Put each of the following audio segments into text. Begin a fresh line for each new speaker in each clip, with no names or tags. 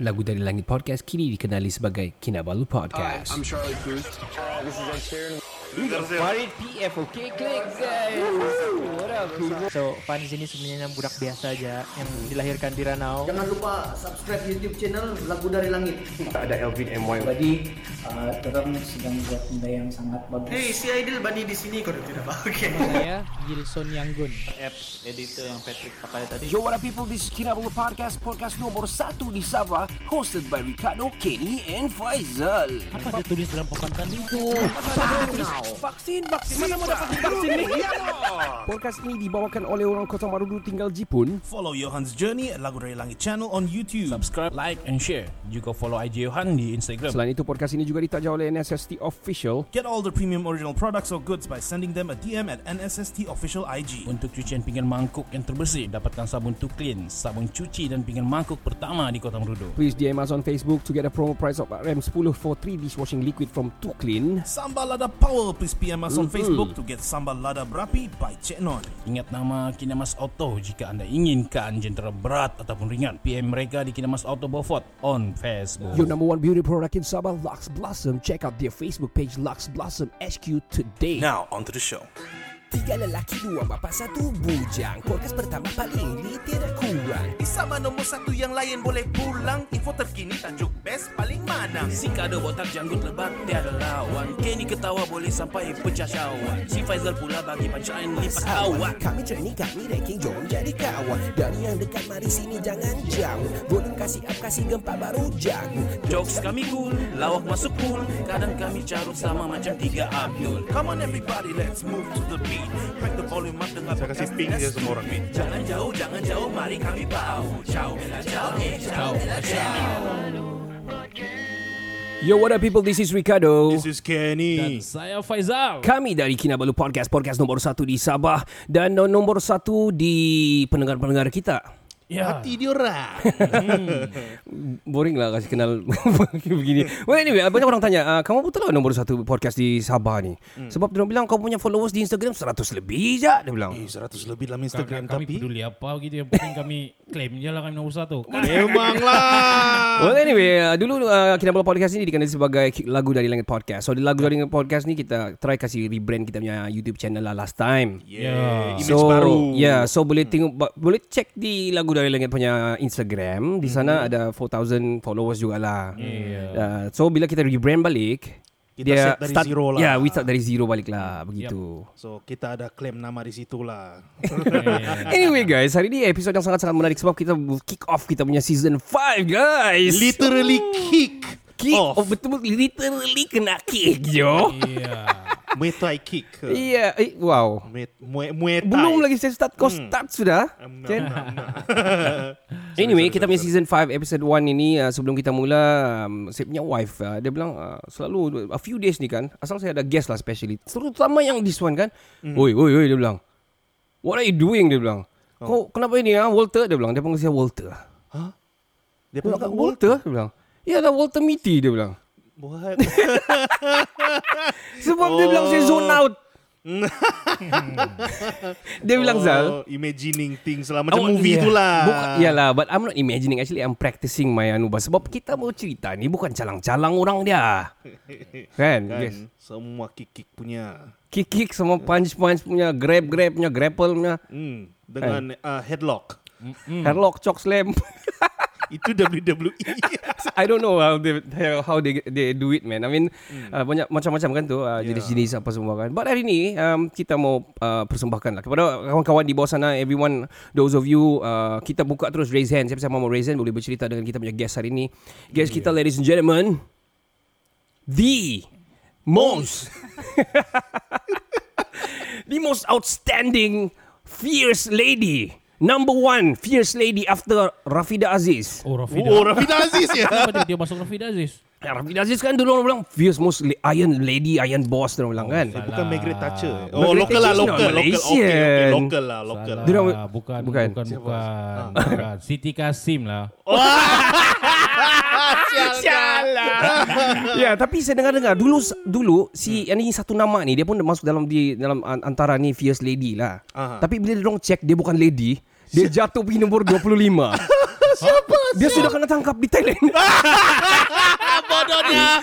Lagu dari Langit Podcast kini dikenali sebagai Kinabalu Podcast.
I'm Charlie Cruz.
Farid PF Okay klik guys What up people? So Fani sini sebenarnya budak biasa aja Yang dilahirkan di Ranau
Jangan lupa subscribe YouTube channel Lagu Dari Langit.
Jadi uh, orang sedang buat benda yang sangat bagus.
Hei, si Aidil Bani di sini kalau tidak bahagia.
Saya Gilson Yanggun
Yo, what up people? This is Kinabalu Podcast, podcast nomor satu di Sabah, hosted by Ricardo, Kenny and Faizal.
Apa dia tulis dalam papan itu?
Vaksin, vaksin, mana mau dapat vaksin ni? Ya Podcast ini dibawakan oleh orang Kota Marudu tinggal Jipun.
Follow Johan's Journey at Lagu Dari Langit channel on YouTube.
subscribe, like and share. Juga follow IG Johan di Instagram.
Selain itu, podcast ini juga ditaja oleh NSST Official.
Get all the premium original products or goods by sending them a DM at NSST official IG.
Untuk cucian pinggan mangkuk yang terbersih, dapatkan sabun to clean, sabun cuci dan pinggan mangkuk pertama di Kota Merudu.
Please DM us on Facebook to get a promo price of RM10 for 3 dishwashing liquid from Tuklin.
Sambal Lada Power, please PM us on Facebook to get Sambal Lada Berapi by Cik Non.
Ingat nama Kinamas Auto jika anda inginkan jentera berat ataupun ringan. PM mereka di Kinamas Auto Beaufort on Facebook.
Your number one beauty product in Sabah, Lux Blossom. Check out their Facebook page, Lux Blossom HQ today.
Now, onto the show.
Tiga lelaki, dua bapa, satu bujang Podcast pertama paling ini tidak kurang
Di sama nombor satu yang lain boleh pulang. Info terkini tajuk best paling mana.
Si kado botak janggut lebat tiada lawan Kenny ketawa boleh sampai pecah syawak Si Faizal pula bagi punchline lipat awak
Kami training, kami ranking, jom jadi kawan Dari yang dekat, mari sini jangan jauh Volume kasih up, kasih gempa baru jago
Jokes kami cool, lawak masuk pool Kadang kami carut sama macam tiga Abdul
Come on everybody, let's move to the beat. Crack the volume up dengan Saya kasih ping dia semua orang.
Jangan jauh, jangan jauh, mari kami bau Ciao, bella ciao, eh ciao, bella ciao
Yo, what up people, this is Ricardo
This is Kenny.
Saya Faizal
kami dari Kinabalu Podcast, podcast nombor satu di Sabah dan uh, nombor satu di pendengar-pendengar kita.
Ya,
Tidur lah.
Boring lah kasih kenal begini. Well anyway, banyak orang tanya, ah, kamu betul lah nombor satu podcast di Sabah ni? Sebab dia orang bilang kau punya followers di Instagram 100 lebih je, dia bilang.
Eh, 100 lebih dalam Instagram
kami
tapi...
peduli apa gitu yang penting kami claim je lah kami nombor satu
Memanglah.
Well anyway, ah, dulu uh, Kinabalu Podcast ni dikenali sebagai lagu dari langit podcast. So di lagu dari langit podcast ni kita try kasih rebrand kita punya YouTube channel lah last time.
Yeah. Image baru.
Yeah, so boleh tengok ba- boleh cek di lagu dari langit punya Instagram. Di
Hmm.
sana ada 4000 followers jugalah. Yeah. Uh, so bila kita rebrand balik,
Kita set dari
start,
zero lah.
Yeah, we start dari zero balik lah begitu.
So kita ada claim nama di situ lah.
Anyway guys, hari ni episod yang sangat-sangat menarik sebab kita kick off kita punya season 5 guys.
Literally kick.
kick off.
off.
Oh, betul-betul literally kena kick yo.
Muay Thai kick.
Iya, eh, wow.
Muay, Muay, Muay Thai.
Belum lagi saya start Kau
Hmm.
start sudah
Am-
Kan?
am- am- am.
Anyway kita punya season 5 Episode 1 ini uh, Sebelum kita mula um, Saya punya wife uh, Dia bilang uh, Selalu A few days ni kan Asal saya ada guest lah Especially Terutama yang this one kan
Hmm.
Oi oi oi Dia bilang What are you doing Dia bilang
Oh.
Kau kenapa ini ah Walter Dia bilang Dia panggil saya Walter
Dia
Dia bilang,
panggil
Walter? Dia bilang Ya ada Walter Mitty Dia bilang
Buat.
Sebab dia bilang
Oh.
saya zone out Dia bilang Zal
Oh, imagining things lah. Macam
Oh,
movie
yeah.
tu lah.
Bukan, Yalah But I'm not imagining Actually I'm practicing my anuba Sebab kita mau cerita ni Bukan calang-calang orang dia Kan,
Kan?
Yes
Semua kick-kick punya.
Kick-kick sama punch-punch punya Grab-grab punya Grapple punya
Hmm. Dengan uh, headlock. Hmm.
Hairlock choke slam
Itu E. WWE.
I don't know how they how they they do it man. I mean uh, banyak macam-macam kan tu uh, jenis-jenis apa semua kan. But hari ni um, kita mau uh, persembahkan lah kepada kawan-kawan di bawah sana everyone those of you uh, kita buka terus raise hand siapa-siapa mau raise hand boleh bercerita dengan kita punya guest hari ni. Guest kita ladies and gentlemen the most the most outstanding fierce lady number one fierce lady after Rafida Aziz.
oh Rafida
oh, Rafida Aziz ya.
kenapa dia, dia masuk Rafida Aziz
Ya, Rafiq Aziz kan dulu orang bilang Fierce most la- Iron Lady, Iron Boss Dia orang bilang kan
Bukan Margaret Thatcher. eh.
Margaret
Oh, local lah,
Thatcher is not
local. Local, okay, okay,
Malaysian.
local lah, local lah.
Dia orang-
Salah, Ah, bukan
bukan.
bukan bukan, bukan, bukan. Siti Kasim lah
Ya tapi saya dengar-dengar Dulu dulu Si yang ni satu nama ni Dia pun masuk dalam di dalam an- Antara ni Fierce Lady lah
Aha.
Tapi bila dia orang check Dia bukan lady Dia jatuh pergi nombor 25
siapa
Dia sudah kena tangkap di Thailand.
Bodohnya.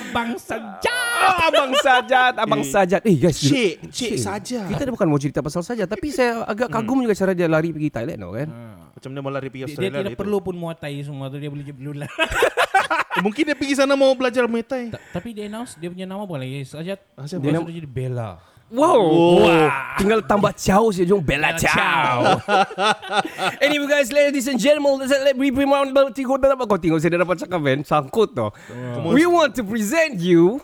Abang saja.
Ah, abang Sajat, Abang Sajat. Eh guys,
Cik, cik saja.
Kita dah bukan mau cerita pasal Sajat tapi saya agak kagum juga cara dia lari pergi Thailand tau kan.
Macam mana mau lari pergi
Dia, dia
Australia
tidak
itu.
perlu pun Muay Thai semua tu dia boleh jeblulah.
Eh, Mungkin dia pergi sana mau belajar Muay Thai.
Tapi dia announce dia punya nama boleh lagi. Sajat.
siapa?
Dia sudah jadi Bella.
Wow. Tinggal tambah ciao saja jom bella ciao. anyway guys, ladies and gentlemen, let's let we bring round about tiga dapat kau tengok saya dah dapat cakap kan sangkut tau. We want to present you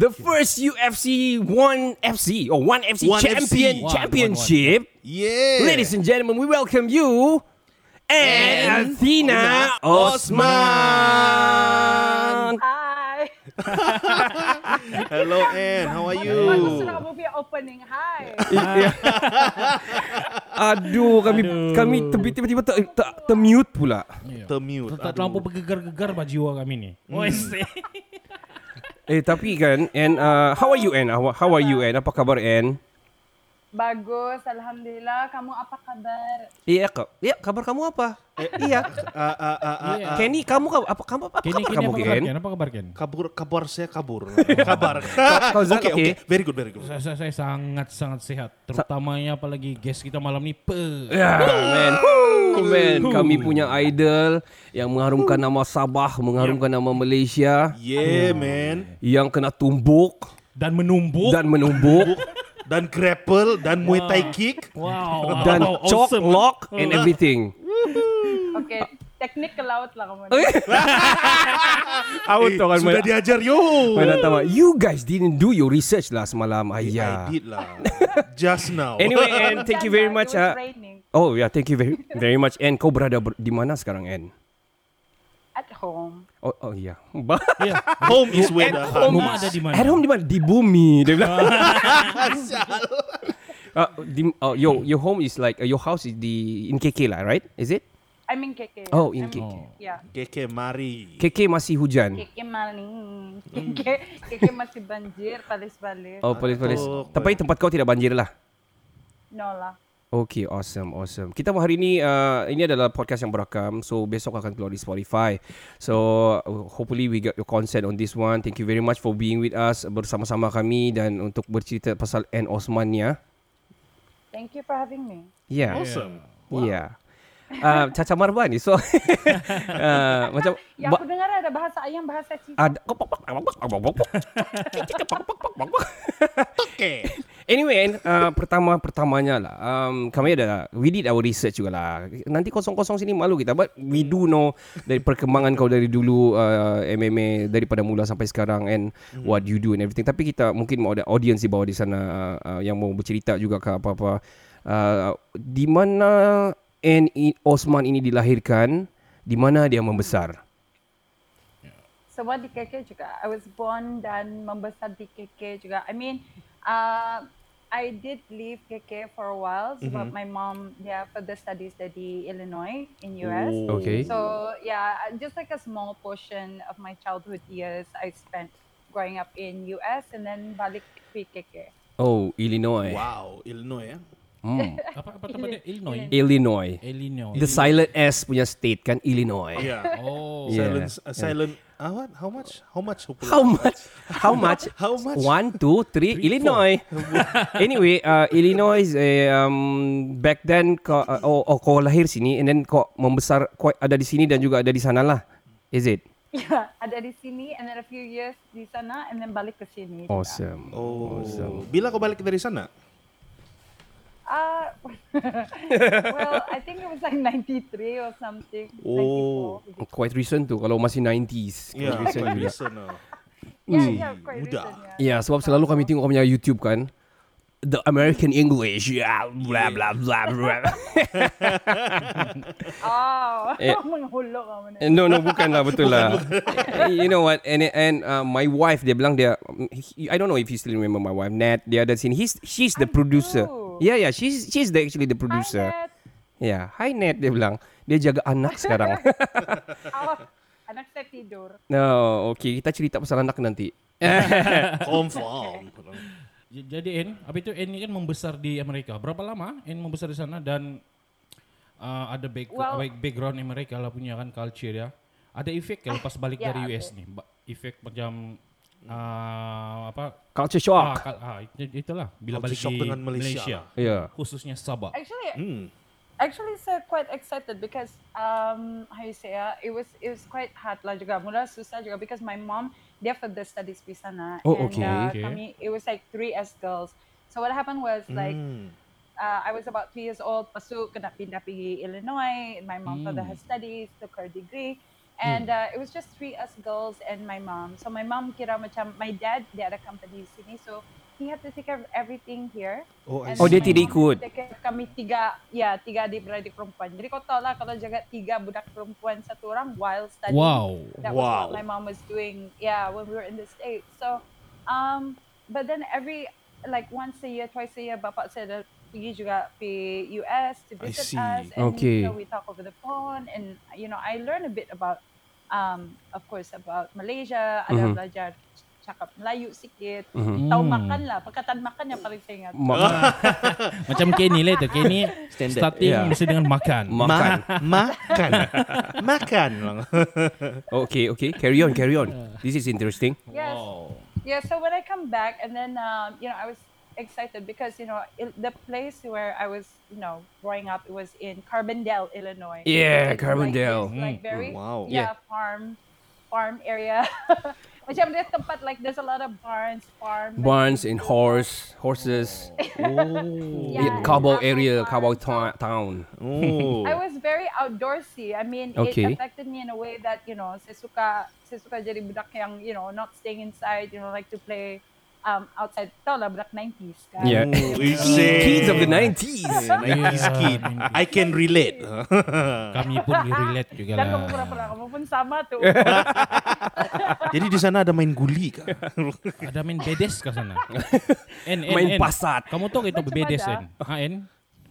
The first UFC One FC or One FC
One FC.
Champion
One,
Championship,
Yeah.
ladies and gentlemen, we welcome you and, Athena Osman.
Hi.
Hello Anne, how are you?
Bagus lah movie opening. Hi.
Ya. Aduh, kami kami tiba- tiba-tiba ter, ter, termute pula.
Termute.
Tak
Aduh.
terlampau bergegar-gegar baju jiwa kami ni. Oi, seh.
Eh tapi kan and uh, how are you Anne? How, how are you Anne? Apa khabar Anne?
Bagus. Alhamdulillah. Kamu apa kabar?
Iya kak. Iya ya, kabar kamu apa? iya.
Ah, ah, ah, ah, ah.
Kenny kamu kab- apa kamu apa
Eh, ya. Kenny,
khabar
Kenny,
kamu
apa kabar
Ken?
Ken? Apa kabar Ken?
Kabur, kabar saya kabur. kabar.
Kau Zat, okay.
okay, okay. Very good, very good.
Saya, saya, saya sangat sangat sihat. Terutamanya apalagi guest kita malam ni pe.
Yeah, man. Woo, man, kami punya idol yang mengharumkan nama Sabah, mengharumkan
Ya.
nama Malaysia,
Yeah, man.
yang kena tumbuk
Dan menumbuk.
dan menumbuk
Dan grapple, dan Muay Thai kick.
wow.
dan
wow,
chok
Oh, awesome.
lock and everything. Ah.
Okay. Teknik ke laut lah kamu.
Eh,
Out eh,
orang
Sudah
main-
diajar, yo.
Mana tahu, You guys didn't do your research lah last malam.
I
Ayah.
did lah. Just now.
Anyway, and thank you very much.
Uh.
ah. Oh yeah, thank you very very much. And kau berada ber- di mana sekarang, Anne?
At home.
Oh oh yeah. Ba-
Yeah.
Iya. home is where the heart
Rumah ada di mana?
At home di mana? Di bumi. Dia bilang. Uh, di, oh, your your home is like uh, your house is di in KK lah, right? Is it?
I'm in KK.
Oh, in
I'm- Ya,
KK.
Yeah.
KK Mari.
KK masih hujan.
KK maling. KK, KK masih banjir. Palis-palis.
Hmm. Oh, polis polis.
Oh,
Tapi tempat kau tidak banjir lah.
No lah.
Okay, awesome, awesome. Kita buat hari ini, uh, ini adalah podcast yang berakam. So, besok akan keluar di Spotify. So, uh, hopefully we get your consent on this one. Thank you very much for being with us bersama-sama kami dan untuk bercerita pasal N. Osman ya.
Thank you for having me.
Yeah.
Awesome.
Yeah. Uh, Caca Marwan ni. So, uh, macam...
Ya, aku dengar ada bahasa ayam, bahasa Cina.
ada
Okay.
Anyway, uh, pertama pertamanya lah, um, kami ada we did our research juga lah. Nanti kosong-kosong sini malu kita, but we do know dari perkembangan kau dari dulu uh, MMA daripada mula sampai sekarang and what you do and everything. Tapi kita mungkin mau ada audience di bawah di sana uh, uh, yang mau bercerita juga ke apa-apa. Uh, di mana N I- Osman ini dilahirkan, di mana dia membesar.
semua di KK juga. I was born dan membesar di KK juga. I mean, uh, I did leave KK for a while sebab
Mm-hmm.
my mom dia further studies dari Illinois in US.
Oh, Okay.
So yeah, just like a small portion of my childhood years I spent growing up in US and then balik ke KK.
Oh, Illinois.
Wow, Illinois ya.
Eh.
Apa apa
Iya.
tempat dia? Illinois.
Illinois.
Illinois.
The silent S punya state kan Illinois.
Yeah.
Oh.
Yeah.
Silent, Iya. uh, silent. Ah, what? How much? How much?
How much? How much?
How much?
One, two, three. Illinois. anyway, uh, Illinois. Eh, um, back then, kau, uh, oh, oh, kau lahir sini, and then kau membesar, kau ada di sini dan juga ada di sana lah. Is it?
Yeah, ada di sini and then a few years di sana and then balik ke sini. juga.
Awesome.
Oh. Bila kau balik dari sana?
Uh, well, I think it was like 93 or something.
Oh.
94.
Quite recent tu. Kalau masih 90s. Quite
Yeah,
recent
quite
juga.
recent. ah.
Yeah, yeah, quite
muda.
recent, yeah.
Ya, yeah, sebab selalu kami tengok kau punya YouTube kan. The American English. Yeah, blah, blah, blah, blah.
Oh,
Eh.
menghulur kamu ni.
Eh, No no bukan lah betul lah. Eh, you know what and and uh, my wife dia bilang dia um, he- I don't know if you still remember my wife Nat dia ada sini he's she's the
I
producer.
do.
Yeah yeah she's she's the, actually the
Hi,
producer.
Nat.
Yeah hi Nat dia bilang dia jaga anak sekarang.
Awas, anak saya tidur.
no okay kita cerita pasal anak nanti.
Confirm.
J- Jadi N, habis itu N ni kan membesar di Amerika. Berapa lama N membesar di sana dan uh, ada back,
Well-
back background yang mereka lah punya kan culture ya. Ada
Ah,
efek ke lepas balik
iya,
ya,
dari
ada.
US ni? Ba- Efek macam uh, apa?
Culture shock.
Ah, kal- ah, itu- itulah bila
Culture
balik
shock
di
dengan Malaysia.
Ah.
Ya.
Khususnya Sabah.
Actually,
Hmm.
actually saya quite excited because um how you say ah, it was it was quite hard lah juga mula susah juga because my mom dia further studies di sana
Oh,
and
okay,
uh,
okay.
kami it was like three as girls so what happened was like
Hmm.
uh, I was about three years old lepas tu kena pindah pergi Illinois my mom further her studies took her degree and uh, it was just three us girls and my mom so my mom kira macam my dad dia ada company di sini so he had to take care of everything here
Oh, I
And
see.
Oh, dia
my
tidak
mom
ikut.
take care of Kami tiga, ya tiga adik beradik perempuan. Jadi kau tahu lah kalau jaga tiga budak perempuan satu orang while studying.
Wow.
That
Wow.
was what my mom was doing. Yeah, when we were in the States. So, um, but then every like once a year, twice a year, bapak saya dah pergi juga pergi US to
I
visit
see.
us, and
Okay.
you know, we talk over the phone, and you know I learn a bit about, um, of course about Malaysia. Ada
Mhm.
belajar cakap Melayu sikit.
Mhm.
Tahu
Hmm.
makan lah, perkataan makan yang paling saya ingat.
Ma-
Macam Kenny lah tu. Kenny
Standard,
starting
ya.
mesti dengan makan.
makan.
makan. Oh. makan.
Okay, okay. Carry on, carry on. This is interesting.
Yes. Yeah, so when I come back, and then, um, you know, I was excited because, you know, il- the place where I was, you know, growing up, it was in Carbondale, Illinois.
Yeah,
It's like this,
Carbondale. Mm.
Like, very,
Wow.
yeah, farm, farm area. Macam dia tempat, like, there's a lot of barns, farm.
Barns and horse, horses.
Oh.
Yeah,
Yeah, cowboy
apple
area,
farm.
cowboy to- town.
Oh.
I was very outdoorsy. I mean,
Okay.
it affected me in a way that you know, saya suka saya suka jadi budak yang you know not staying inside. You know, like to play um outside. Tahu lah budak 90s kan.
Yeah.
Oh, is it?
Kids of the 90s.
Yeah, 90s kid. I can relate.
Kami pun relate juga
Dan
lah.
Kan kamu pura-pura kamu pun sama tuh.
Jadi di sana ada main guli kah?
Ada main bedes ke sana? en, en,
Main
en.
pasar.
Kamu tahu itu
Macam
bedes, En?
ada.
Ha, En?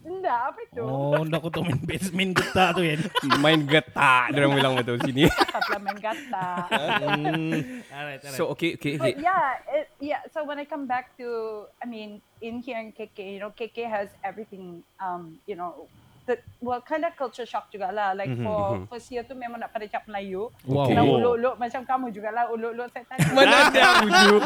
Enggak, apa itu?
Oh, ndak aku tahu main bedes, main getah tu, En.
Main getak, dia orang bilang betul sini.
Tetap lah main kata.
So, okay, okay, okay.
But yeah, it, yeah. So when I come back to, I mean, in here in KK, you know, KK has everything. Um, you know, the well, kind of culture shock juga lah. Like for first year tu memang nak pada cap Melayu.
Mhm, Wow.
Kena uluk-uluk macam kamu juga lah uluk-uluk saya tanya.
Mana ada wujud?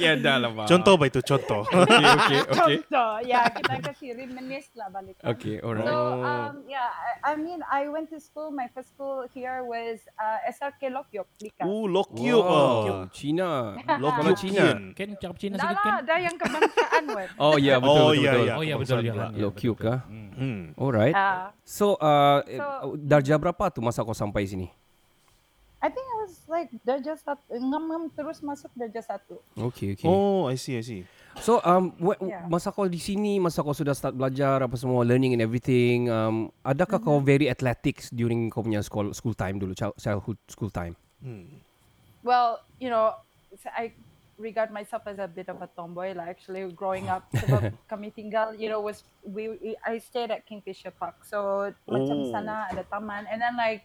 Tiada lah, Mak.
Contoh apa itu? Contoh.
Okay, okay, okay.
Contoh, ya kita kasih reminis lah balik.
Oh.
Okay,
So
alright.
um, yeah, I, I mean I went to school. My first school here was uh, SRK Lokyok, Lika.
Oh,
uh,
Lokyo.
Wow, Cina. Lokal Cina.
Ken cakap Cina
Dah
sikit,
lah,
Ken?
dah yang kebangsaan weh.
Oh, ya, yeah, betul,
Oh,
betul,
ya,
betul.
ya.
Oh, ya, betul. juga. Ya,
Low
betul.
cube kah?
Hmm.
Alright.
Ah.
So, uh, eh,
So-
darjah berapa tu masa kau sampai sini?
I think I was like darjah satu, ngam-ngam terus masuk darjah satu.
Okay, okay.
Oh, I see, I see.
So, um, wh-
Yeah.
masa kau di sini, masa kau sudah start belajar apa semua, learning and everything, um, adakah kau very athletics during kau punya school, school time dulu, child- childhood school time?
Well, you know, so I regard myself as a bit of a tomboy lah actually growing up sebab kami tinggal you know was we, we I stayed at Kingfisher Park so macam
Oh.
sana ada taman and then like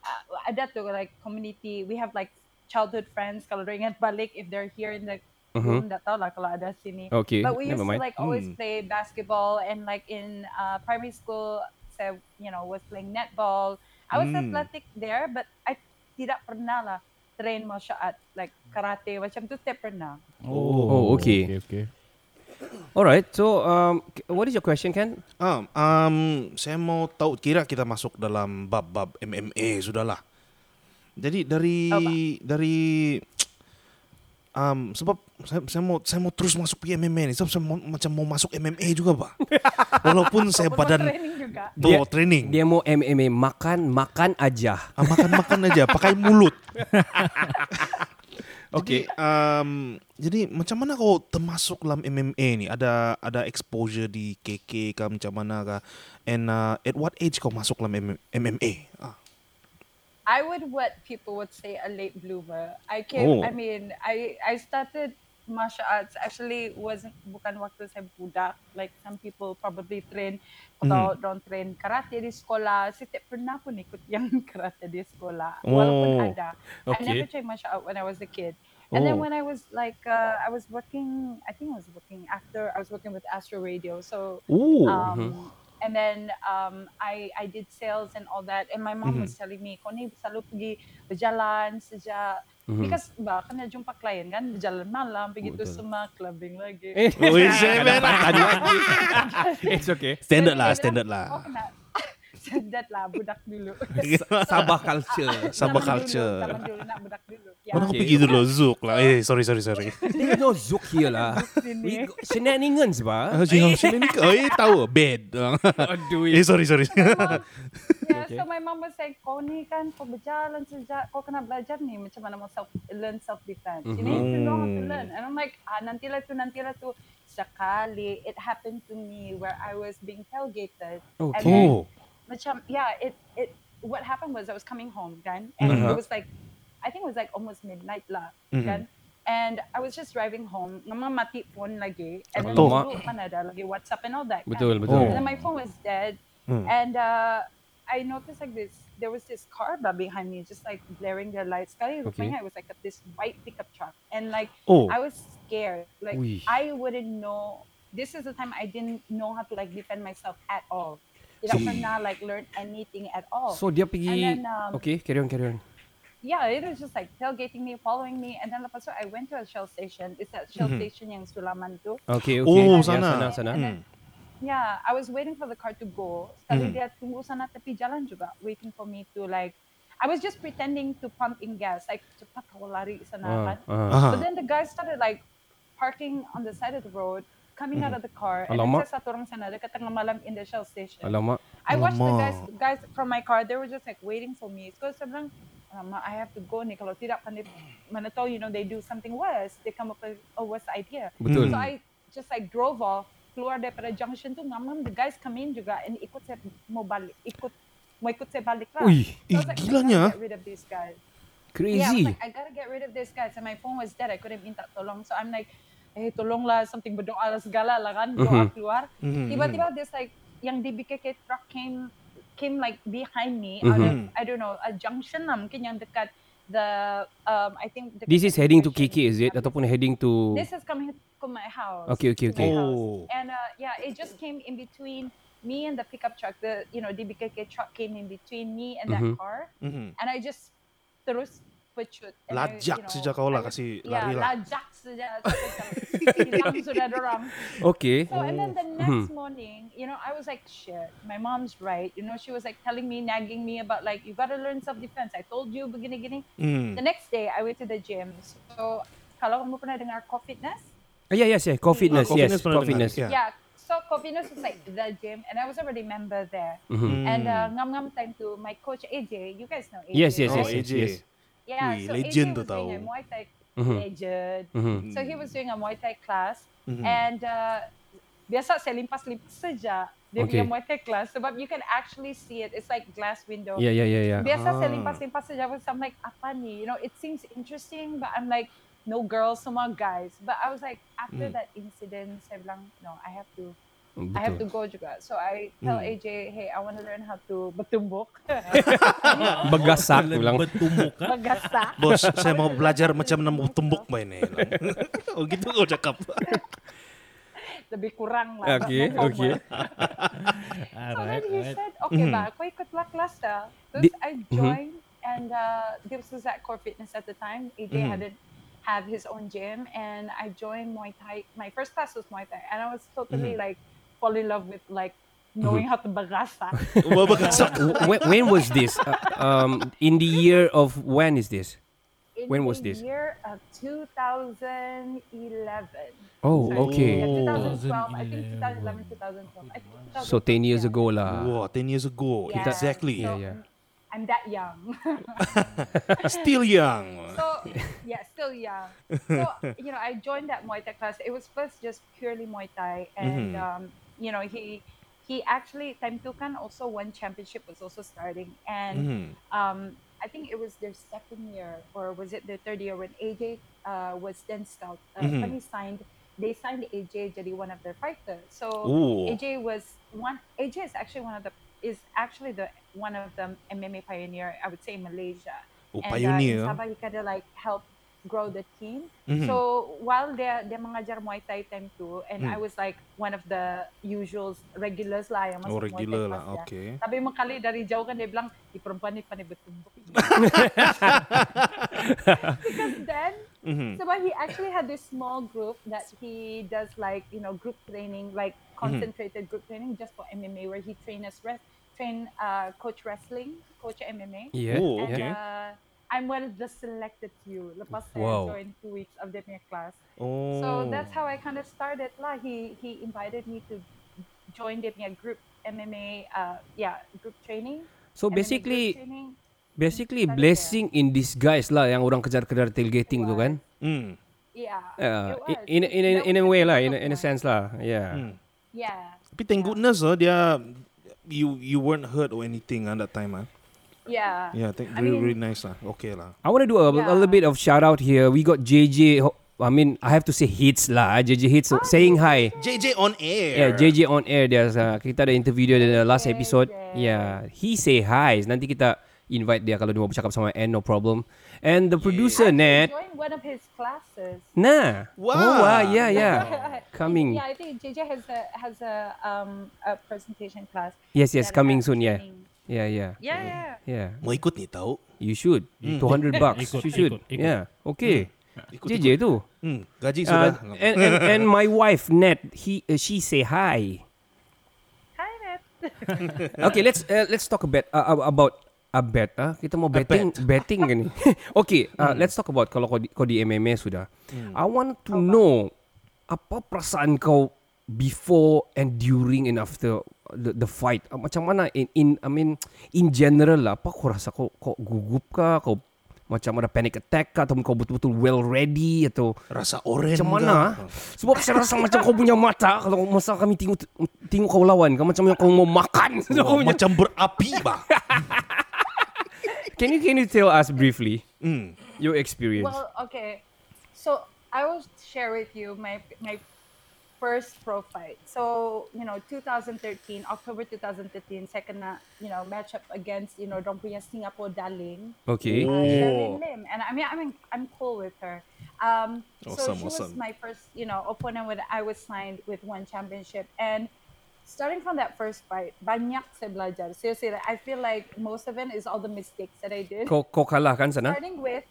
uh, ada tu like community we have like childhood friends kalau dia ingat balik if they're here in the room tak tahu lah kalau ada sini
Mm-hmm. Okay,
but we used
never
to
mind. Hmm.
like always play basketball and like in uh, primary school saya you know was playing netball I was
Hmm.
athletic there but I tidak pernah lah train martial art like karate macam tu saya pernah
Oh, okay.
okay, okay.
Alright, so um, k- what is your question, Ken?
Um, um, saya mau tahu kira kita masuk dalam bab-bab MMA sudahlah. Jadi dari dari um, sebab saya, saya mau saya mau terus masuk ke MMA ni sebab saya mau, macam mau masuk MMA juga pak. Walaupun saya
Walaupun
badan
training juga
tuh
Dia-
training,
Dia mau MMA, makan, makan aja.
Ah, makan-makan aja pakai mulut. Oke, um, jadi macam mana kau termasuk dalam MMA ni? Ada ada exposure di KK kah macam mana kah? And uh, at what age kau masuk dalam MM- MMA? Ah.
I would what people would say a late bloomer. I came.
Oh.
I mean, I I started martial arts actually wasn't bukan waktu saya budak. Like some people probably train
Hmm.
atau don't train karate di sekolah. Saya tak pernah pun ikut yang karate di sekolah.
Oh.
Walaupun ada. I
Okay.
never tried martial art when I was a kid. And then
Oh.
when I was like uh, I was working, I think I was working after I was working with Astro Radio. So
Ooh. Mm-hmm.
um, and then um, I I did sales and all that. And my
Mm-hmm.
mom
Mhm.
was telling me, kau ni selalu pergi berjalan sejak
Mm-hmm.
Mhm.
Because ba, kena jumpa klien kan, berjalan
Oh,
malam, pergi tu
Betul.
semua clubbing lagi.
Eh, Ui, saya berat.
Kadang patah lagi.
It's okay.
Standard lah,
Dia bilang,
standard lah.
"Kau kena standard lah, budak dulu.
Sabah culture.
Sabah
Zaman
culture.
Dulu, zaman dulu nak budak dulu. Ya.
Mana aku pergi dulu Zouk lah. Eh, sorry, sorry, sorry.
There's no zook here lah. We got Shenanigans ba?
Ah, Jihang sini ni ke? Eh, tahu bed.
Aduh.
eh, sorry, sorry.
Yeah, so my mom was like, kau ni kan, kau berjalan sejak, kau kena belajar ni macam mana mau self, learn self-defense. You need to know how to
Mhm.
learn. And I'm like, ah, nantilah tu, nantilah tu. Sekali, it happened to me where I was being tailgated.
Oh,
And
okay.
then,
Oh.
macam, um, yeah, it, it, what happened was I was coming home kan, and
Mhm.
it was like, I think it was like almost midnight lah,
Mhm.
kan. And I was just driving home. Mama mati phone lagi. And then
Alamak.
dulu kan ada lagi WhatsApp and all that. kan.
Betul, betul.
And then my phone was dead.
Hmm.
And uh, I noticed like this, there was this car but behind me, just like blaring their lights. Sekali
Okay.
rupanya it was like a, this white pickup truck. And like,
Oh.
I was scared. Like,
Uy.
I wouldn't know. This is the time I didn't know how to like defend myself at all. Tidak
So-
pernah like learn anything at
Oh.
all.
So dia
And
pergi
then, um,
Okay, carry on, carry on.
yeah, it was just like tailgating me, following me, and then lepas tu I went to a Shell station. It's that Shell
Mhm.
station yang Sulaman tu.
Okay, okay.
Oh,
Ya,
sana.
sana, sana.
Hmm.
Yeah, I was waiting for the car to go.
Mhm.
Sekali dia tunggu sana tepi jalan juga, waiting for me to like. I was just pretending to pump in gas, like cepat kau lari sana
Ah,
kan.
ah.
But then the guy started like parking on the side of the road, coming out
Mhm.
of the car,
Alamak.
and then satu orang sana dekat tengah malam in the Shell station.
Alamak.
I watched the guys,
Alamak.
guys from my car. They were just like waiting for me. So saya bilang, "Alamak, I have to go ni. Kalau tidak, pandai, mana tahu, you know, they do something worse. They come up with a worse idea.
Betul.
So I just like drove off, keluar daripada junction tu, ngam-ngam, the guys come in juga and ikut saya mau balik, ikut mau ikut saya balik lah.
Ui,
So I
ih,
was like, I gotta
gilanya.
get rid of these guys. Yeah, I, was
Crazy.
like, I gotta get rid of this guys. And my phone was dead. I couldn't minta tolong. So I'm like, eh tolonglah something berdoa lah segala lah kan. Doa
Mm-hmm.
Mhm.
keluar.
Mhm,
Tiba-tiba this like, yang di BKK truck came came like behind me out
Mhm.
of, I don't know, a junction lah mungkin yang dekat the, um, I think dekat
This is heading to KK is it ataupun heading to
This is coming to my house.
Okay, okay,
to my
okay.
house.
Oh.
And uh, yeah, it just came in between me and the pickup truck. The you know DBKK truck came in between me and that
Mm-hmm.
Mhm.
car,
Mhm.
and I just terus pecut. And I,
Lajak
you
sejak
know,
kau lah kasi
Yeah,
lari lah.
lajak sejak hilang sudah dorang.
Okay.
So and then the
Oh.
next
Mhm.
morning, you know, I was like, shit, my mom's right. You know, she was like telling me, nagging me about like you gotta learn self defense. I told you begini gini.
Hmm.
Mm.
The next day, I went to the gym. So kalau kamu pernah dengar co-fitness,
Ah, yeah, yes, yeah. Core fitness,
Ah, core
yes.
fitness pernah
Core
dengar,
fitness.
yeah. So Covinus was like the gym, and I was already member there.
Mhm.
And uh, ngam ngam time to my coach AJ. You guys know AJ.
Yes, yes,
Oh,
right?
yes, yes, yes.
Yeah,
Ui,
so
legend tu
AJ was doing a
tau.
Muay Thai
Mm-hmm.
Mhm.
legend.
Mhm.
So he was doing a Muay Thai class,
Mhm.
and uh, biasa saya limpas-limpas saja dia
Okay.
punya Muay Thai class sebab you can actually see it. It's like glass window.
Yeah, yeah, yeah, yeah.
Biasa saya
Ah.
limpas-limpas saja. Because I'm like, apa ni? You know, it seems interesting, but I'm like, no girls, semua guys. But I was like, after
Mm.
Hmm.
that incident, saya bilang, no, I have to
Mm,
I have to
betul.
go juga. So I tell
Mm.
AJ, hey, I want to learn how to bertumbuk.
Begasak dia bilang.
Bertumbuk
Bergasak.
Bos, saya mau belajar macam mana mau tumbuk main ni. oh gitu kau cakap.
Lebih kurang lah.
Okay,
Bertumbuk.
okay.
So then he
Alright,
said, okay
Mhm.
ba, aku ikutlah kelas dah. Terus
Di-
I
Mhm.
joined and uh, this was at Core Fitness at the time. AJ
Mhm.
hadn't have his own gym and I joined Muay Thai. My first class was Muay Thai and I was totally
Mhm.
like fall in love with like knowing how to bagasak.
when, when was this? Uh, um, in the year of when is this?
in
When was
the
this?
year of 2011.
Oh,
Sorry,
okay.
yeah,
Oh.
2012. I think 2011, 2012. I think 2012.
So 10 years ago lah.
Wow, 10 years ago.
Yeah.
Exactly.
So, I'm that young.
Still young.
so yeah, still young. So you know, I joined that Muay Thai class. It was first just purely Muay Thai, and
Mhm.
um, you know, he he actually time two kan also one championship was also starting, and
Mm-hmm.
Mhm.
Hmm.
um, I think it was their second year or was it their third year when AJ uh, was then scout uh,
Mhm.
when he signed. They signed AJ to be one of their fighters. So
Ooh.
AJ was one. AJ is actually one of the is actually the one of the MMA pioneer. I would say in Malaysia
Oh,
and, uh, in
pioneer.
Sabah, he kind of like helped grow the team.
Mhm.
So while dia dia mengajar Muay Thai time two, and
Hmm.
I was like one of the usuals regulars lah yang masuk
Oh,
Muay Thai
regular lah,
class dia.
okay.
Tapi emang kali dari jauh kan dia bilang, di perempuan ni pandai bertumbuk. Because then,
Mhm.
so but he actually had this small group that he does like you know group training, like
Mm-hmm.
concentrated group training just for MMA, where he train us res- train uh, coach wrestling, coach MMA.
Yeah, Oh,
And,
okay.
uh, I'm one of the selected few. Lepas
Wow. Oh.
wow. joined two weeks of their punya class. So
Oh.
that's how I kind of started lah. He he invited me to join their punya group MMA. Uh, yeah, group training.
So
MMA group
basically,
training.
Basically blessing in disguise lah yang orang kejar-kejar tailgating tu kan.
Hmm.
yeah,
Uh,
it was.
in in in, in a way lah, in a, in a sense lah. Yeah.
yeah.
Tapi thank goodness oh, dia you you weren't hurt or anything ah that time ah.
Yeah.
Yeah, thank
Uh, I
really
mean-
really nice lah. Okay lah.
I want to do a, a little bit of shout out here. We got JJ. Ho- I mean, I have to say hits lah. JJ hits saying hi.
JJ on
Yeah,
air.
JJ on air. There's uh, kita ada interview dia dalam last episode. Yeah, he say hi. Nanti kita invite dia kalau dia mau bercakap sama Anne, no problem. And the producer
I
Nat,
joined one of his classes.
nah,
Wow.
oh wow, yeah, yeah, coming.
Yeah, I think JJ has a has a um a presentation class.
Yes, yes,
that
coming
has
soon. Yeah,
training.
yeah, yeah.
Yeah, yeah.
Yeah.
Mau ikut ni tahu?
You should.
Hmm.
200 bucks.
Ikut,
you should.
ikut, ikut.
Yeah. Okay.
Ikut,
JJ
ikut.
tu.
Hmm, gaji
Uh,
sudah.
and, and, and my wife Nat, he uh, she say hi.
Hi, Nat.
Okay, let's uh, let's talk a bit uh, uh, about a bet. ah. Kita mau betting betting kan ni. okay, uh, let's talk about kalau kau di, kau di MMA sudah.
Hmm.
I want to know apa perasaan kau before and during and after the, the fight. Uh, macam mana in, in I mean in general lah apa kau rasa kau kau gugup kah kau macam ada panic attack kah atau kau betul-betul well ready atau
rasa oren
macam mana ah?
kah?
sebab saya rasa macam kau punya mata kalau masa kami tengok tengok kau lawan kau macam yang kau mau makan
Wah,
Kau punya-
Oh, macam berapi bah.
Can you can you tell us briefly your experience?
Well, okay. So I will share with you my my first pro fight. So you know, 2013, October 2013, second uh, you know matchup against you know Rompuya Singapore Darling.
Okay.
Uh,
Oh.
Sherilyn Lim, and I mean I'm I'm cool with her. Um, so
Awesome,
she was
awesome.
my first you know opponent when I was signed with one championship and. Starting from that first fight, banyak saya belajar. Seriously, like, I feel like most of it is all the mistakes that I did.
kau kau kalah kan sana?
Starting with,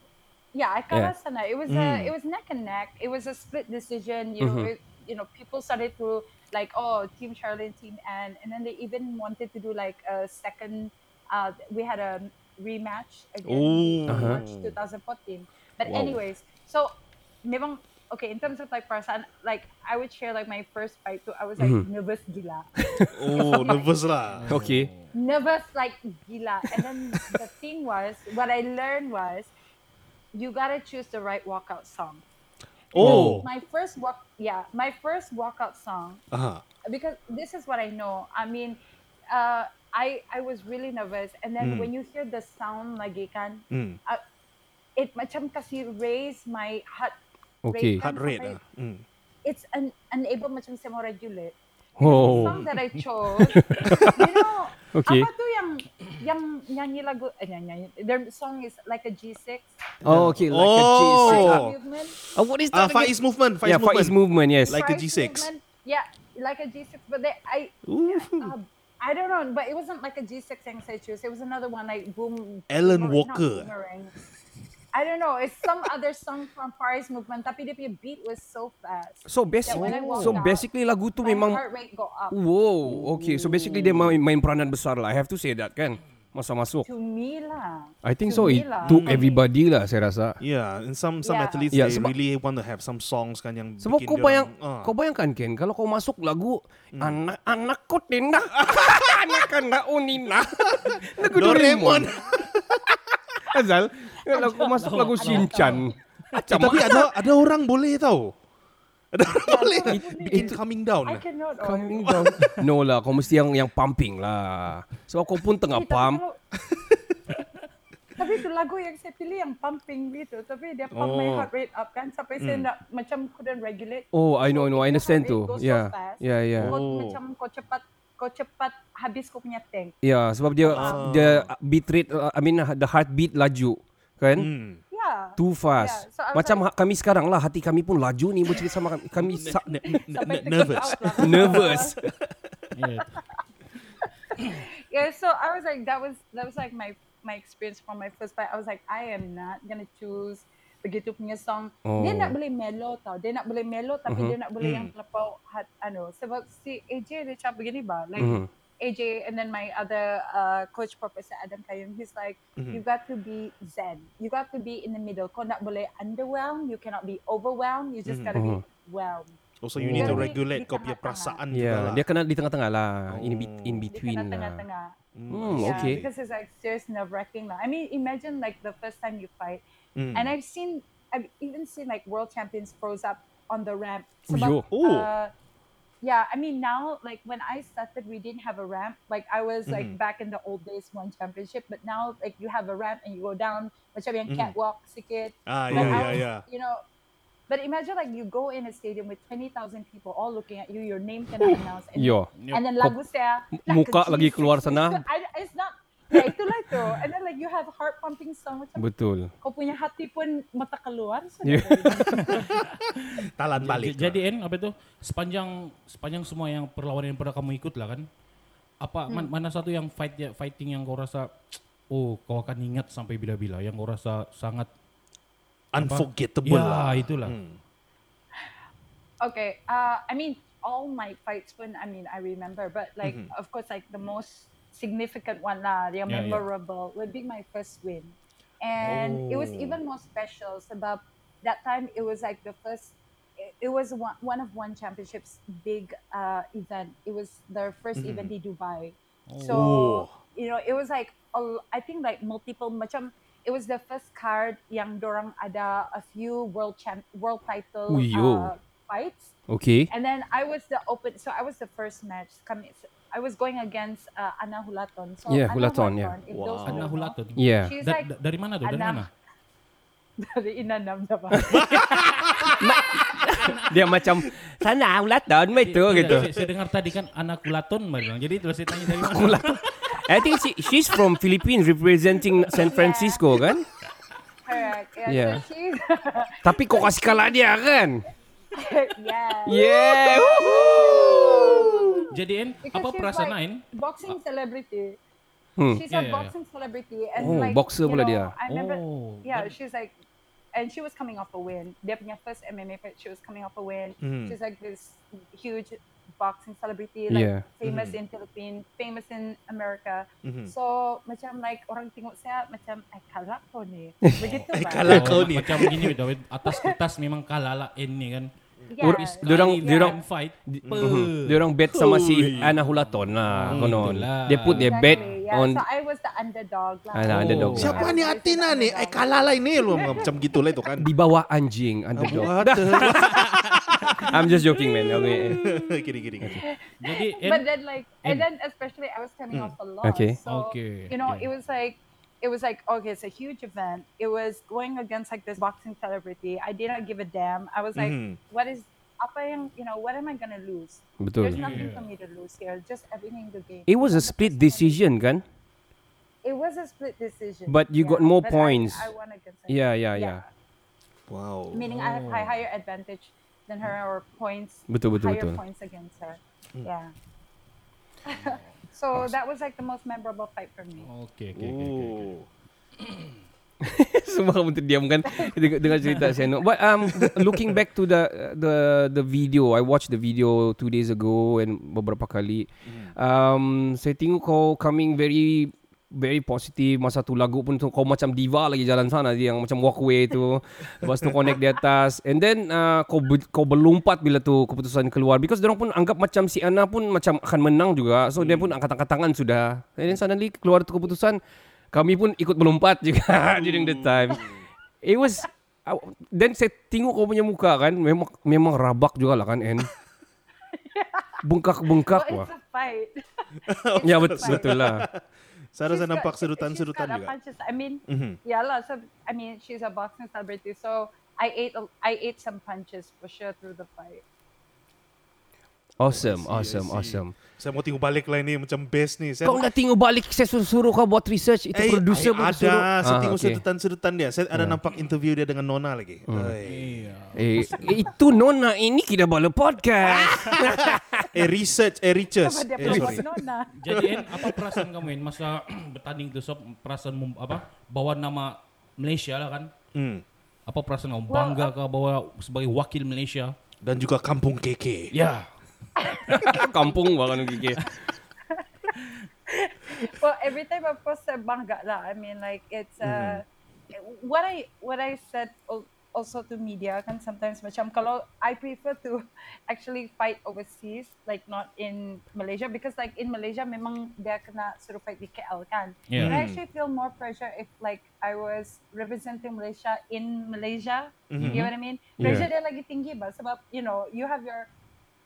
yeah, I
Yeah.
Sana. It was
Mm.
a, it was neck and neck. It was a split decision. You know,
Mhm.
it- you know, people started to like, oh, Team Charlotte, Team Anne, and then they even wanted to do like a second. Uh, we had a rematch again
Oh.
in
Uh-huh.
March 2014. But
Wow.
anyways, so memang okay in terms of like perasaan, like I would share like my first fight too. I was like
Mhm.
nervous gila.
Oh, nervous lah.
Okay.
nervous like gila. And then the thing was, what I learned was, you gotta choose the right walkout song.
Oh.
My first walk, yeah, my first walkout song
Aha.
because this is what I know. I mean, uh, I I was really nervous, and
Mm.
then when you hear the sound lagi kan,
Mm.
uh, it macam kasi raise my heart.
Okay.
kan
Heart rate
sampai-
ah. Hmm.
It's an unable macam saya mau regulate.
Oh.
song that I chose, you know,
Okay.
apa tu yang yang nyanyi lagu, eh, nyanyi, nyanyi, their song is like a G6.
Oh, okay. Like a G6.
Oh.
Movement.
Uh, what is
Ah,
that?
Far
again?
East movement. Far
yeah,
East
Far East movement. Yes.
Like a
Price
G6.
movement, Yeah, like a G6, but they, I, um, I don't know, but it wasn't like a G6 thing I chose. It was another one like boom.
Alan
boomerang- not
Walker.
boomerang. I don't know. It's some other song from Paris Movement. Tapi dia punya beat was so fast.
So basic.
that when I walked
So
out,
basically lagu tu
my
memang.
heart rate go up.
Wow. Okay. So basically dia main, main peranan besar lah. I have to say that kan. Masa masuk.
To me lah.
I think so.
To
It
me lah.
took everybody lah. Saya rasa.
Yeah, and some some
Yeah.
athletes
Yeah,
they
sebab-
really want to have some songs kan yang
Sebab
bikin
kau
dia
bayang,
orang, ah.
kau bayangkan Ken, kalau kau masuk lagu anak-anak kau tenda, anak-anak onina, lagu Doraemon.
Doraemon.
Azal, kalau kau masuk lagu Shinchan,
Eh,
macam mana?
tapi ada ada orang boleh tau. Ada orang boleh bikin
Itu-
coming down.
Iya, I
lah.
cannot.
Coming down. No lah, kau mesti yang yang pumping lah. Sebab kau pun tengah
Eh, tapi
pump.
kalau- tapi itu lagu yang saya pilih yang pumping gitu. Tapi dia pump my
Oh.
heart rate up kan sampai saya
Hmm.
nak macam couldn't regulate.
Oh, I know, I know. I
Your
understand
heart rate
tu.
goes so
Yeah.
fast.
Yeah, yeah.
Kau
Oh.
macam kau cepat kau cepat habis kau punya tank.
Ya, sebab dia
Ah.
dia beat rate, uh, I mean the heartbeat laju, kan?
Yeah.
Too fast.
Yeah, so I was
Macam like, kami sekarang lah, hati kami pun laju ni bercerita sama kami. Kami sa- ne-
Sampai terkejut
nervous.
lah.
nervous.
Yeah.
yeah so i was like that was that was like my my experience from my first fight i was like i am not gonna choose begitu punya song oh. dia
Oh.
nak boleh mellow tau dia nak boleh mellow tapi
Mhm.
dia nak boleh
Mm.
yang terlampau hat ano sebab si AJ dia macam begini bah like
Mhm.
AJ and then my other uh, coach Professor Adam Kayum he's like
Mm-hmm.
Mhm.
you got to be zen you got to be in the middle kau nak boleh underwhelmed you cannot be overwhelmed you
Mhm.
just gotta
Mhm.
be whelmed
Also you need to
Jadi,
regulate
di
kau punya
tengah-tengah.
perasaan juga
Yeah,
lah.
Iya, Ya, dia kena di tengah-tengah lah. In, be-
Oh.
in
Dia kena
between lah.
tengah-tengah
Hmm,
Yeah,
okay.
because it's like serious nerve wracking. I mean, imagine like the first time you fight,
Hmm.
Mm.
and I've seen, I've even seen like world champions froze up on the ramp.
Yo.
Ooh.
uh, yeah, I mean now, like when I started, we didn't have a ramp. Like I was like
Mm-hmm.
back in the old days, one championship, but now like you have a ramp and you go down, which I mean
Mhm.
Mm-hmm.
catwalk, ticket,
Ah, yeah,
Like, I
yeah,
was-
yeah.
you know. But imagine like you go in a stadium with twenty thousand people all looking at you, your name cannot announce, and,
Yo.
and then lagu saya
Muka
"Lagu
lagi
Jesus."
keluar sana.
I, it's not ya itulah tu and then like you have heart pumping song macam
Betul.
kau punya hati pun mata keluar so
Yeah.
Talan balik.
J- Jadi kan apa itu sepanjang sepanjang semua yang perlawanan yang pernah kamu ikut lah kan. Apa
Hmm.
man- mana satu yang fight fighting yang kau rasa oh kau akan ingat sampai bila-bila yang kau rasa sangat
unforgettable
ya
Iya,
lah.
itulah.
Hmm.
okay uh, I mean all my fights pun I mean I remember but like of course like the most significant one lah yang
Mm-hmm. Yeah, yeah.
memorable would be my first win and it was
Oh.
even more special sebab that time it was like the first it- it was one, one of one championships big uh, event it was their 1st
Mm-hmm.
event in dubai so
Oh.
you know it was like a l- I think like multiple macam it was the first card yang dorang ada a few world champ world title
Ui, yo.
uh, fights
Okay.
and then I was the open so I was the first match coming I was going against uh, Ana Hulaton so
Yeah,
Ana
Hulaton, yeah.
if those who
Anna
don't know,
Hulaton.
Yeah.
she's
Da-
like
da- dari mana tuh? Dari
Anna.
mana?
dari Inanam Sabah.
Dia macam, sana ulat daun itu
Tidak,
gitu.
Saya, saya dengar tadi kan anak kulaton mbak bilang. Jadi terus saya tanya dari mana?
I think she, she's from Philippines representing San Francisco kan?
correct yeah,
Yeah.
So she's
Tapi kau kasih kalah dia kan?
yeah
Yeah. woohoo.
Jadi En,
Because
apa
she's
perasaan
like
En?
boxing celebrity
Hmm.
Yeah,
she's a
yeah, yeah.
boxing celebrity and
Oh,
like
boxer
you
pula
know,
dia.
I remember
Oh,
yeah
then-
she's like and she was coming off a win dia punya first MMA fight she was coming off a win
Hmm.
Mm.
she's like this huge boxing celebrity like
Yeah.
famous
Hmm.
in Philippines famous in America
Mhm.
so macam like orang tengok saya macam eh kalah kau ni begitu lah.
Eh,
Pak.
kalah
Oh,
kau
ma-
ni.
Macam begini betul. Atas kertas memang kalah lah En ni kan.
yeah.
Orang- Mhm.
so-
Diorang-
Kali
diorang-
time fight.
Dia orang bet sama si Ana Hulaton lah.
Hmm,
Konon.
itulah.
They put their bet
Exactly, yeah.
on
so I was the underdog lah.
Ana underdog.
Oh.
Siapa
I
ni
was
Atina
the
ni? Eh
underdog.
kalah lah ini lu macam gitu lah itu kan.
Di bawah anjing underdog.
What the-
I'm just joking man. Okay.
Kiri kiri kiri.
Jadi En,
but then like and,
and-
then especially I was coming off a lot.
Okay.
So
Mm. Okay,
you know,
okay.
it was like it was like okay, it's a huge event. It was going against like this boxing celebrity. I did not give a damn. I was like,
Mhm.
Mm-hmm.
what is apa yang you know, what am I gonna lose? There's
Betul.
nothing for me to lose here. Just everything to gain.
It was a split decision kan?
It was a split decision.
But you got more
but I-
points.
I, won against her.
Yeah, yeah, yeah.
Wow.
Meaning I have high,
Mm.
higher advantage than her or points.
Betul, betul,
higher
betul.
points against her.
Mm.
Yeah. so that was like the most memorable fight for me.
Okey, okey, okey. okey.
Oh.
Semua kamu terdiam kan deng- dengar cerita Seno. But um looking back to the the the video, I watched the video two days ago and beberapa kali. Um saya tengok kau coming very very positive masa tu lagu pun tu kau macam diva lagi jalan sana dia yang macam walkway tu lepas tu connect di atas and then uh, kau ber, kau berlompat bila tu keputusan keluar because dia pun anggap macam si Ana pun macam akan menang juga so dia pun angkat-angkat tangan sudah and then suddenly keluar tu keputusan kami pun ikut melompat juga during
Hmm.
the time it was uh, then saya tengok kau punya muka kan memang memang rabak juga lah kan and bengkak-bengkak
Well,
wah
it's a fight.
ya betul, betul lah
Saya rasa
She's
nampak
got- she's
serutan-serutan
got a
juga.
bunch of- I mean,
Mhm.
yeah, lah. So I mean, she's a boxing celebrity, so I ate a- I ate some punches for sure through the fight.
Awesome, awesome, awesome.
Saya mau tengok balik lah ini macam best ni. Saya
Kau nak tengok balik saya suruh, suruh kau buat research itu
Eh,
producer pun
ada.
suruh.
Saya
Ah, Iya.
tengok
okay.
sedutan-sedutan dia. Saya ada nampak interview dia dengan Nona lagi.
Hmm.
Iya.
Eh, itu Nona ini kita bala podcast.
eh research, eh research.
Sebab dia
Eh,
perempuan
sorry.
nona.
Jadi En, apa perasaan kamu En masa bertanding tu sob perasaan mem, apa bawa nama Malaysia lah kan?
Hmm.
Apa perasaan kamu bangga kah bawa sebagai wakil Malaysia?
Dan juga kampung KK.
Ya.
Kampung banget gigi.
well, every time of course saya bangga lah. I mean like it's uh,
Mm-hmm.
what I what I said al- also to media kan sometimes macam kalau I prefer to actually fight overseas like not in Malaysia because like in Malaysia memang dia kena suruh fight di KL kan.
Yeah.
But I
Mm.
actually feel more pressure if like I was representing Malaysia in Malaysia.
Mhm.
You know what I mean?
Yeah.
Malaysia dia lagi tinggi bah sebab you know you have your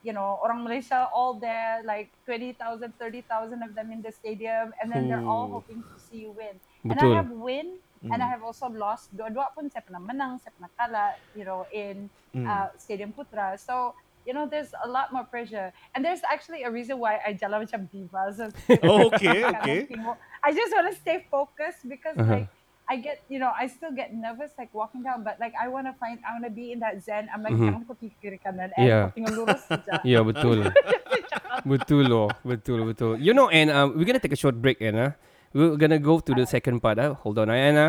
you know, orang Malaysia all there, like 20,000, 30,000 of them in the stadium, and then they're all
Ooh.
hoping to see you win. And
Betul.
I have win, and I have also lost. Dua-dua pun saya pernah menang, saya pernah kalah, you know, in
Mm.
uh, Stadium Putra. So, you know, there's a lot more pressure. And there's actually a reason why I jalan macam diva. So,
Oh, okay,
Kadang
okay.
tengok. I just want to stay focused because
Uh-huh.
like, I get, you know, I still get nervous like walking down, but like I want to find, I want to be in that zen. I'm like,
Mhm.
jangan kau fikir kiri kanan, eh,
Yeah.
kau tinggal lurus saja.
Ya betul. betul loh, betul uh, betul. You know, and um, we're gonna take a short break, Anna. We're gonna go to the second part. ah. Hold on, Anna.